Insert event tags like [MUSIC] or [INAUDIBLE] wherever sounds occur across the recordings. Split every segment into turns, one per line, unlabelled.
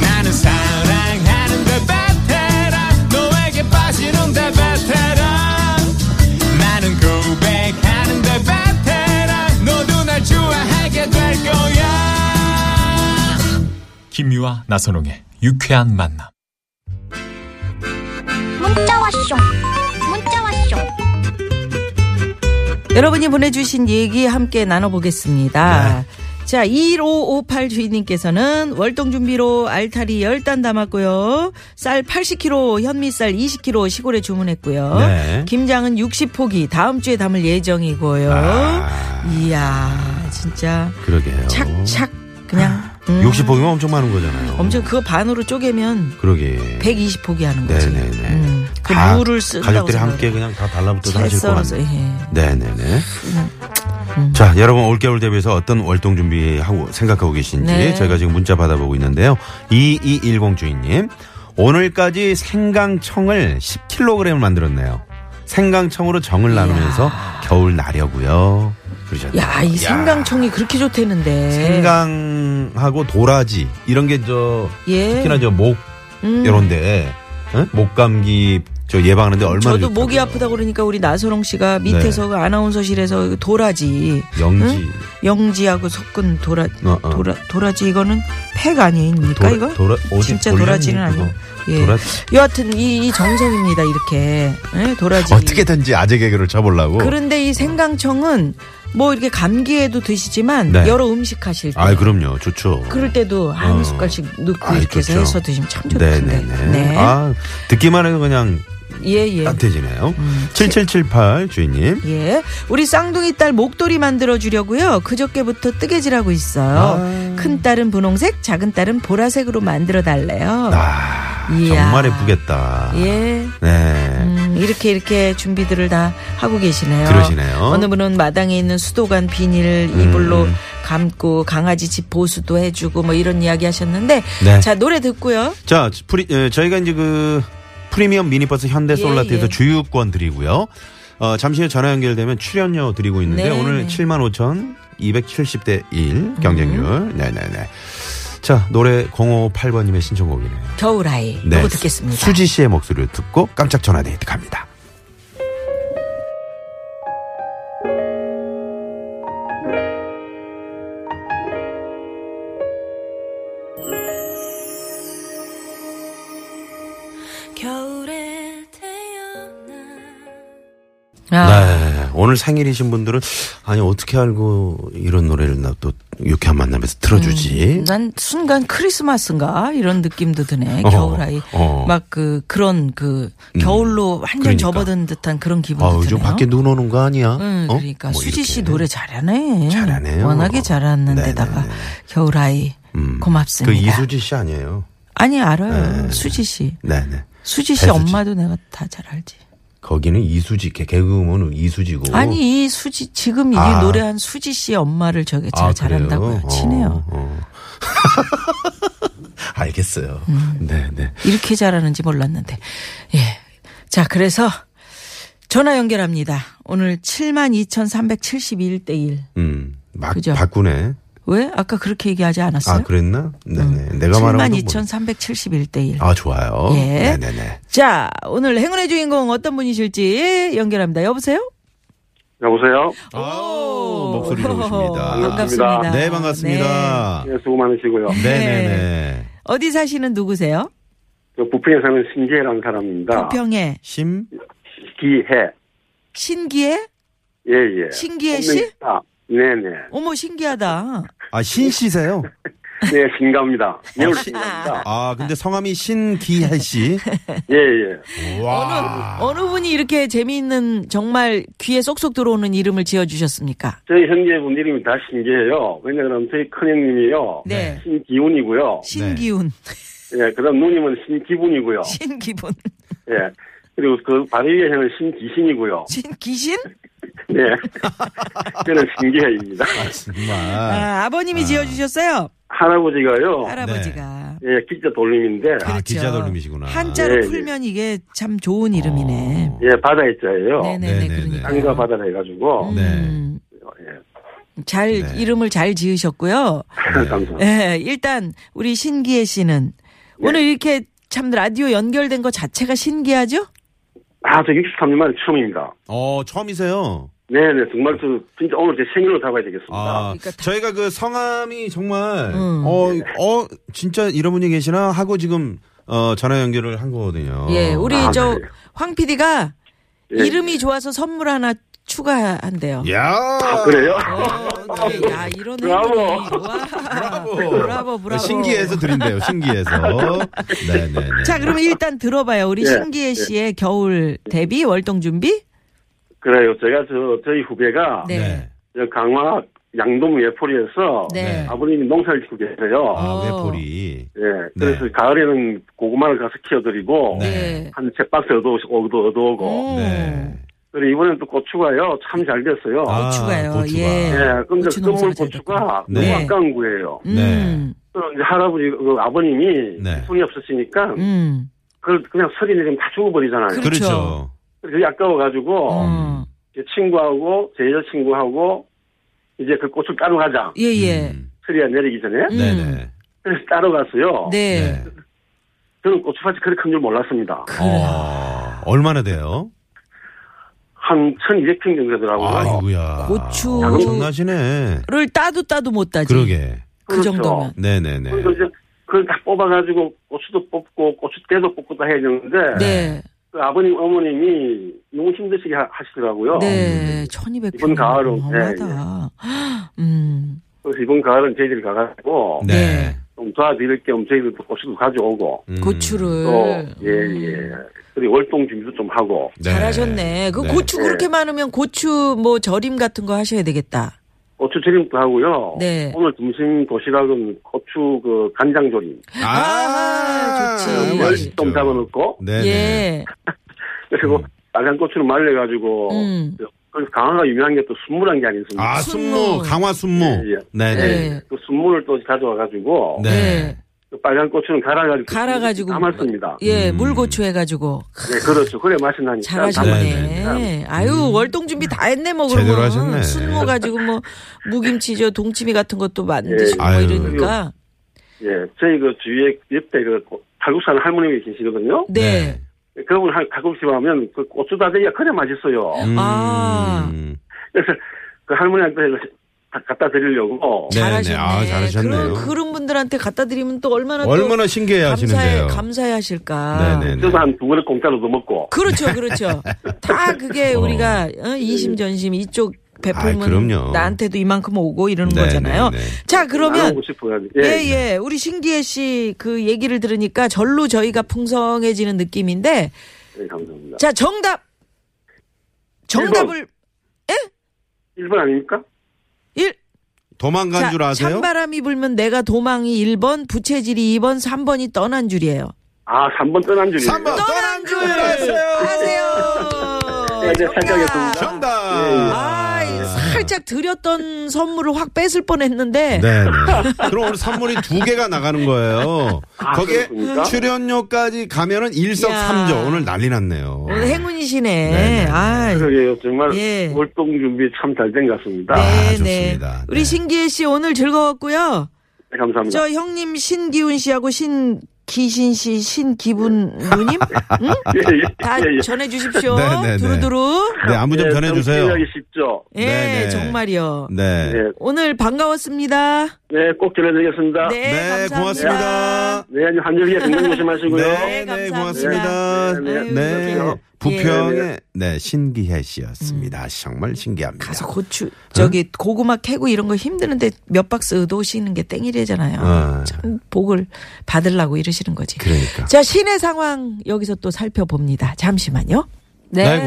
나는 사랑하는데 베테랑 너에게 빠지는데 베테랑 나는 고백하는데 베테랑 너도 날 좋아하게 될 거야
김미화 나선홍의 유쾌한 만남.
문자 왔쇼 문자 왔쇼
여러분이 보내주신 얘기 함께
네.
나눠보겠습니다. 자, 1558 주인님께서는 월동 준비로 알타리 10단 담았고요. 쌀 80kg, 현미쌀 20kg 시골에 주문했고요.
네.
김장은 60포기 다음 주에 담을 예정이고요.
아.
이야, 진짜
그러게요.
착착
[GASPS]
그냥 음,
60포기면 엄청 많은 거잖아요.
엄청 그거 반으로 쪼개면
그러게.
120포기 하는 거죠.
네네네.
음, 그
다
무를 쓴다고
가족들이
생각을
함께 그냥 다 달라붙어서
잘
하실 것
썰어서
같아요.
예. 음.
네네네. 음. 자, 여러분 올겨울 대비해서 어떤 월동 준비하고 생각하고 계신지
네.
저희가 지금 문자 받아보고 있는데요. 2210 주인님. 오늘까지 생강청을 10kg을 만들었네요. 생강청으로 정을 나누면서 겨울 나려고요. 그러셨네요.
야, 이 생강청이 그렇게 좋대는데.
음. 생강하고 도라지 이런 게저
예.
특히나 저 목
음.
이런데 응? 목 감기 저 예방하는데 네, 얼마나
저도 목이
좋다고요. 네.
아프다 그러니까 우리 나선홍 씨가 밑에서 그 아나운서실에서 그 도라지
영지
영지하고 섞은 도라
어, 어.
도라 도라지 이거는 팩 아닙니까
도라-
이거?
도라- 어디
진짜
돌렸니,
도라지는
그거?
아니고. 예.
도라지?
여하튼 이, 이 정성입니다 이렇게 예? 도라지.
어떻게든지 아재 개그를 쳐보려고
그런데 이 생강청은 뭐 이렇게 감기에도 드시지만
네.
여러 음식 하실 때
아 그럼요 좋죠
그럴 때도 한
어.
숟갈씩 넣고
아이,
이렇게 해서
좋죠.
해서 드시면 참 좋던데.
네네네 아 듣기만 해도 그냥
예 예.
따뜻해지네요 7778 주인님
예. 우리 쌍둥이 딸 목도리 만들어 주려고요. 그저께부터 뜨개질하고 있어요.
아.
큰 딸은 분홍색, 작은 딸은 보라색으로 만들어 달래요.
아
이야.
정말 예쁘겠다
예.
네
음, 이렇게 이렇게 준비들을 다 하고 계시네요.
그러시네요. 음,
어느 분은 마당에 있는 수도관 비닐 이불로 감고 강아지 집 보수도 해주고 뭐 이런 이야기 하셨는데
네.
자 노래 듣고요.
자, 프리, 에, 저희가 이제 그 프리미엄 미니버스 현대 솔라트에서
예.
주유권 드리고요. 어, 잠시 후에 전화 연결되면 출연료 드리고
네.
있는데
음.
오늘 7만 5천 270대 1 경쟁률. 네네네. 자, 노래 058번님의 신청곡이네요.
겨울아이
네.
요거 듣겠습니다.
수지 씨의 목소리를 듣고 깜짝 전화 데이트 갑니다.
겨울에 태어난
아,
네. 오늘 생일이신 분들은 아니 어떻게 알고 이런 노래를 나 또 유쾌한 만남에서 틀어주지.
난 순간 크리스마스인가 이런 느낌도 드네.
어,
겨울아이.
어. 음.
막 그 그런 그 겨울로 완전
그러니까.
접어든 듯한 그런 기분도
아유,
드네요.
좀 밖에 눈 오는 거 아니야?
응,
어?
그러니까
뭐
수지 씨
이렇게.
노래 잘하네.
잘하네요.
워낙에 잘하는데다가
네네네.
겨울아이
음.
고맙습니다.
그 이수지 씨 아니에요.
아니 알아요.
네.
수지 씨.
네네.
수지 씨
배수지.
엄마도 내가 다 잘 알지.
거기는 이수지, 개- 개그우먼은 이수지고.
아니 이 수지 지금 이
어? 아.
노래한 수지 씨의 엄마를 저게 잘
아, 그래요?
잘한다고요. 친해요.
어, [LAUGHS] 어. 알겠어요.
음.
네네.
이렇게 잘하는지 몰랐는데. 예. 자, 그래서 전화 연결합니다. 오늘 72,371대 1.
음. 막
그죠?
바꾸네.
왜? 아까 그렇게 얘기하지 않았어요? 음.
아, 그랬나? 네네. 내가 말하는 건 뭐-
72,371대 1.
아, 좋아요.
예.
네네네.
자, 오늘 행운의 주인공 어떤 분이실지 연결합니다. 여보세요?
여보세요.
어.
오, 목소리로
오호,
오십니다.
[LAUGHS] 반갑습니다. 네.
네, 반갑습니다. 네,
예, 수고 많으시고요.
네네네.
어디 사시는 누구세요?
저 부평에 사는 신기해라는 사람입니다.
부평에
심?
기해.
신기해?
예, 예.
신기해
본명
씨?
있다. 네네.
어머 신기하다.
아, 신 씨세요?
네, 신갑니다. 예울 신갑니다.
아, 근데 성함이
[LAUGHS]
신기해 씨.
예, 예.
아.
어느 분이 이렇게 재미있는 정말 귀에 쏙쏙 들어오는 이름을 지어 주셨습니까?
저희 형제분 이름이 다 신기해요. 왜냐하면 저희 큰형님이요.
네.
신기훈이고요.
신기훈,
네.
예, 그 다음 누님은 신기분이고요.
신기분.
예. 그리고 그 바위의 형은 신기신이고요.
신 귀신?
네. [LAUGHS] 저는 신기해입니다.
정말.
아, 아버님이 지어주셨어요.
할아버지가요.
할아버지가.
예, 기자 돌림인데
아,
그렇죠.
네. 기자 돌림이시구나.
한자로
예, 예.
풀면 이게 참 좋은 이름이네.
어.
예, 바다에 자예요.
네네네.
네네네.
그러니까.
땅과 바다를 해가지고
네.
음, 잘
네.
이름을 잘 지으셨고요.
예. [LAUGHS] 감사합니다.
예, 일단 우리 신기혜 씨는
네.
오늘 이렇게 참 라디오 연결된 거 자체가 신기하죠?
아, 저 63년 만에 처음입니다.
어, 처음이세요?
네네, 정말 저 진짜 오늘 제 생일로 잡아야 되겠습니다.
아, 저희가 그 성함이 정말,
그러니까 음.
어, 어, 진짜 이런 분이 계시나 하고 지금, 어, 전화 연결을 한 거거든요.
예, 우리
아,
저
그래요?
황 PD가
예.
이름이 좋아서 선물 하나 추가한대요.
야
아, 그래요?
어, 네. 야, 이런
브라보.
행동이. 와. 브라보, 브라보.
네, 신기해서 드린대요, 신기해서. 네네네.
자, 그러면 일단 들어봐요. 우리
예,
신기혜
예.
씨의 겨울 데뷔 월동 준비.
그래요. 제가 저, 저희 후배가
네.
저 강화 양동 외포리에서
네.
아버님이 농사를 짓고 계세요.
아,
어.
외포리.
예. 그래서
네.
가을에는 고구마를 가서 키워드리고
네.
한 세 박스 얻어오기도 얻어오고
오.
네.
그리고 이번엔 또 고추가요. 참 잘 됐어요.
아,
고추가요.
고추가.
예,
예.
근데
고추 농사가
끝물
잘
고추가
됐구나.
너무
네.
아까운 거예요.
음.
그래서 이제 할아버지, 그 아버님이
네.
손이 없으시니까
음.
그걸 그냥 서리 내리면 다 죽어버리잖아요.
그렇죠.
그렇죠.
그게 아까워가지고
어.
제 친구하고 제 여자친구하고 이제 그 꽃을 따러 가자.
예, 예.
음.
서리가 내리기 전에.
음.
네네.
그래서 따러 갔어요.
네.
네.
저는 고추밭이 그렇게 큰 줄 몰랐습니다.
어, 얼마나 돼요?
한 1200평 정도 되더라고요.
아이고야.
고추.
엄청나시네.
를 따도 따도 못 따지.
그러게.
그
그렇죠.
정도면.
네네네.
그래서 이제 그걸 다 뽑아가지고 고추도 뽑고 고추대도 뽑고 다 해야 되는데
네.
그 아버님 어머님이 너무 힘드시게 하- 하시더라고요.
네. 1200.
이번 가을은, 네, 예.
어마다. 음.
그래서 이번 가을은 저희들이 가가지고
네.
좀 도와드릴 겸 저희들도 고추도 가져오고
음.
고추를.
또 어, 예예 그리고 월동 준비도 좀 하고
네.
잘하셨네. 그
네.
고추 그렇게 많으면 고추 뭐 절임 같은 거 하셔야 되겠다.
고추 조림도 하고요.
네.
오늘 점심 도시락은 고추 그 간장 조림
아, 좋지.
너무
네.
맛있죠.
좀 담아놓고
네네.
예.
그리고 빨간 고추를 말려가지고
음.
그 강화가 유명한 게 또 순무란 게 아니겠습니까?
아,
순무.
순무. 강화 순무.
예, 예.
네네.
네.
그 순무를 또 가져와가지고
네.
네.
그 빨간 고추는 갈아가지고
갈아가지고
담았습니다.
예,
음.
물고추 해가지고.
네, 그렇죠. 그래 맛이 나니까.
잘하셨네.
담았습니다.
아유, 월동 준비 다 했네, 뭐, 그러면.
음. 제대로 하셨네.
순모 가지고 뭐, 무김치, 저, 동치미 같은 것도 만드시고 뭐
아유.
이러니까.
예, 저희 그 주위에 옆에 그 탈국산 할머님이 계시거든요.
네.
그분 한 가끔씩 하면 그 고추 다대기가 그래 맛있어요.
음.
아.
그래서 그 할머니한테 다 갖다 드리려고.
네.
잘하셨네.
아, 잘하셨네요.
그런, 그런 분들한테 갖다 드리면 또 얼마나
얼마나 신기해
또
하시는데요.
감사해, 감사해 하실까.
네네.
그래서 한 두 그릇 공짜로도 먹고.
그렇죠, 그렇죠. 다 그게 우리가 어, 이심전심 이쪽
아이,
베풀면
그럼요.
나한테도 이만큼 오고 이러는
네,
거잖아요.
네, 네.
자,
나누고
그러면
싶어가지고.
예,
예.
예. 우리 신기혜 씨 그 얘기를 들으니까 절로 저희가 풍성해지는 느낌인데
예, 감사합니다.
자, 정답. 정답을
일 번 아닙니까?
1
도망간 줄 아세요?
찬바람이 불면 내가 도망이 1번, 부채질이 2번, 3번이 떠난 줄이에요.
아, 삼 번 떠난 줄이에요.
삼 번. 떠난 줄
아세요.
네, 네,
정답.
생각했습니다.
정답.
아, 이 살짝 드렸던 선물을 확 뺏을 뻔했는데
네. 네. 그럼 오늘 선물이 두 개가 나가는 거예요.
아,
거기에
그렇습니까?
출연료까지 가면은 일석삼조
야.
오늘 난리 났네요.
오늘 행운이시네.
네, 네.
아,
그러게요. 정말
예.
월동 준비 참 잘 된 것 같습니다.
네, 네.
좋습니다. 네.
우리 신기혜 씨 오늘 즐거웠고요.
네, 감사합니다.
저 형님 신기훈 씨하고 신기신 씨, 신기분
[LAUGHS]
누님 응?
예, 예,
다
예, 예.
전해 주십시오.
네, 네, 네.
두루두루.
네, 안부 좀
예,
전해 주세요.
정리하기 쉽죠.
예,
네, 네.
정말이요.
네.
예.
오늘 반가웠습니다.
네, 꼭 전해드리겠습니다.
네,
네,
감사합니다.
고맙습니다.
네, 한정희의 건강 조심하시고요.
네,
네,
네,
감사합니다.
고맙습니다.
네,
네,
네, 그러게요.
부평의 네 신기혜 씨였습니다. 정말
음.
신기합니다.
가서 고추 저기 고구마 캐고 이런 거 힘드는데 몇 박스 의도시는 게 땡이래잖아요.
어.
참 복을 받으려고 이러시는 거지.
그러니까.
자 시내 상황 여기서 또 살펴봅니다. 잠시만요. 네,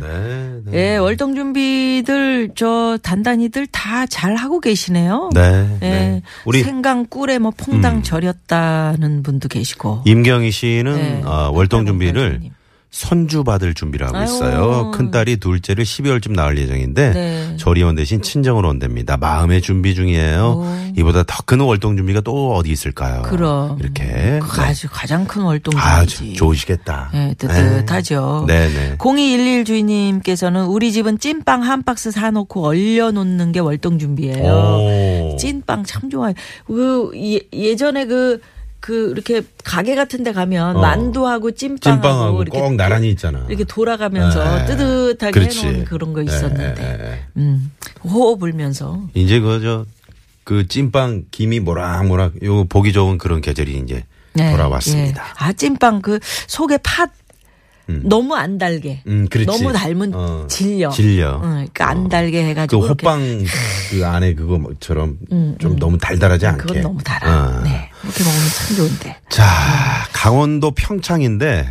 네, 네.
예, 월동 준비들 저 단단히들 다 잘 하고 계시네요.
네,
예,
네. 우리 음.
생강 꿀에 뭐 퐁당 절였다는 분도 계시고.
임경희 씨는
네.
어, 월동 준비를
님.
손주 받을 준비를 하고
아유.
있어요. 큰딸이 둘째를 12월쯤 낳을 예정인데
네.
조리원 대신 친정으로 온답니다. 마음의 준비 중이에요. 이보다 더 큰 월동 준비가 또 어디 있을까요?
그럼.
이렇게. 네.
그 아주 가장 큰
아주
월동이지.
좋으시겠다.
네, 뜨뜻하죠.
네네.
0211 주인님께서는 우리 집은 찐빵 한 박스 사놓고 얼려놓는 게 월동 준비예요.
오.
찐빵 참 좋아요. 그 예- 예전에 그, 그 이렇게 가게 같은 데 가면
어.
만두하고 찐빵하고,
찐빵하고
이렇게
꼭 나란히 있잖아.
이렇게 돌아가면서
예.
뜨뜻하게
그렇지.
해놓은 그런 거
예,
있었는데.
예, 예.
음. 호호 불면서.
이제 그저 그 찐빵 김이 모락모락 요 보기 좋은 그런 계절이 이제
네,
돌아왔습니다.
예. 아, 찐빵 그 속에 팥 너무 안 달게.
음, 그렇지.
너무 닮은
어,
질려.
질려.
응, 그러니까 안 달게
그
해가지고. 이렇게 음,
호빵 그 안에 그거처럼 좀 너무 달달하지 않게.
네, 그건 너무 달아.
어.
네. 이렇게 먹으면 참 좋은데.
자, 강원도 평창인데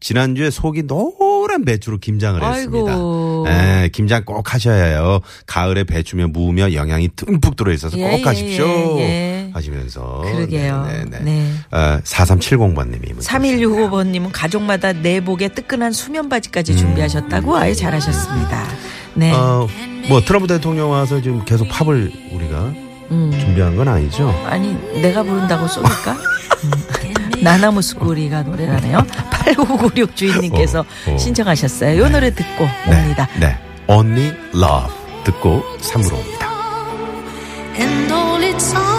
지난주에 속이 노란 배추로 김장을
아이고.
했습니다. 예, 김장 꼭 하셔야 해요. 가을에 배추며 무며 영양이 듬뿍 들어있어서
예,
꼭 하십시오.
예, 예, 예.
하시면서.
그러게요.
네. 네,
네.
아, 4370번님이.
3165번님은 가족마다 내복에 뜨끈한 수면
음.
바지까지 준비하셨다고 아예 잘하셨습니다. 네.
어, 뭐 트럼프 대통령 와서 지금 계속 팝을 우리가
음.
준비한 건 아니죠?
아니, 내가 부른다고 쏘니까? 음. 나나무스코리가 노래라네요. 8996 주인님께서
어, 어.
신청하셨어요. 이 노래 듣고 옵니다.
네. 네. Only Love 듣고 3부로 옵니다.
And all its all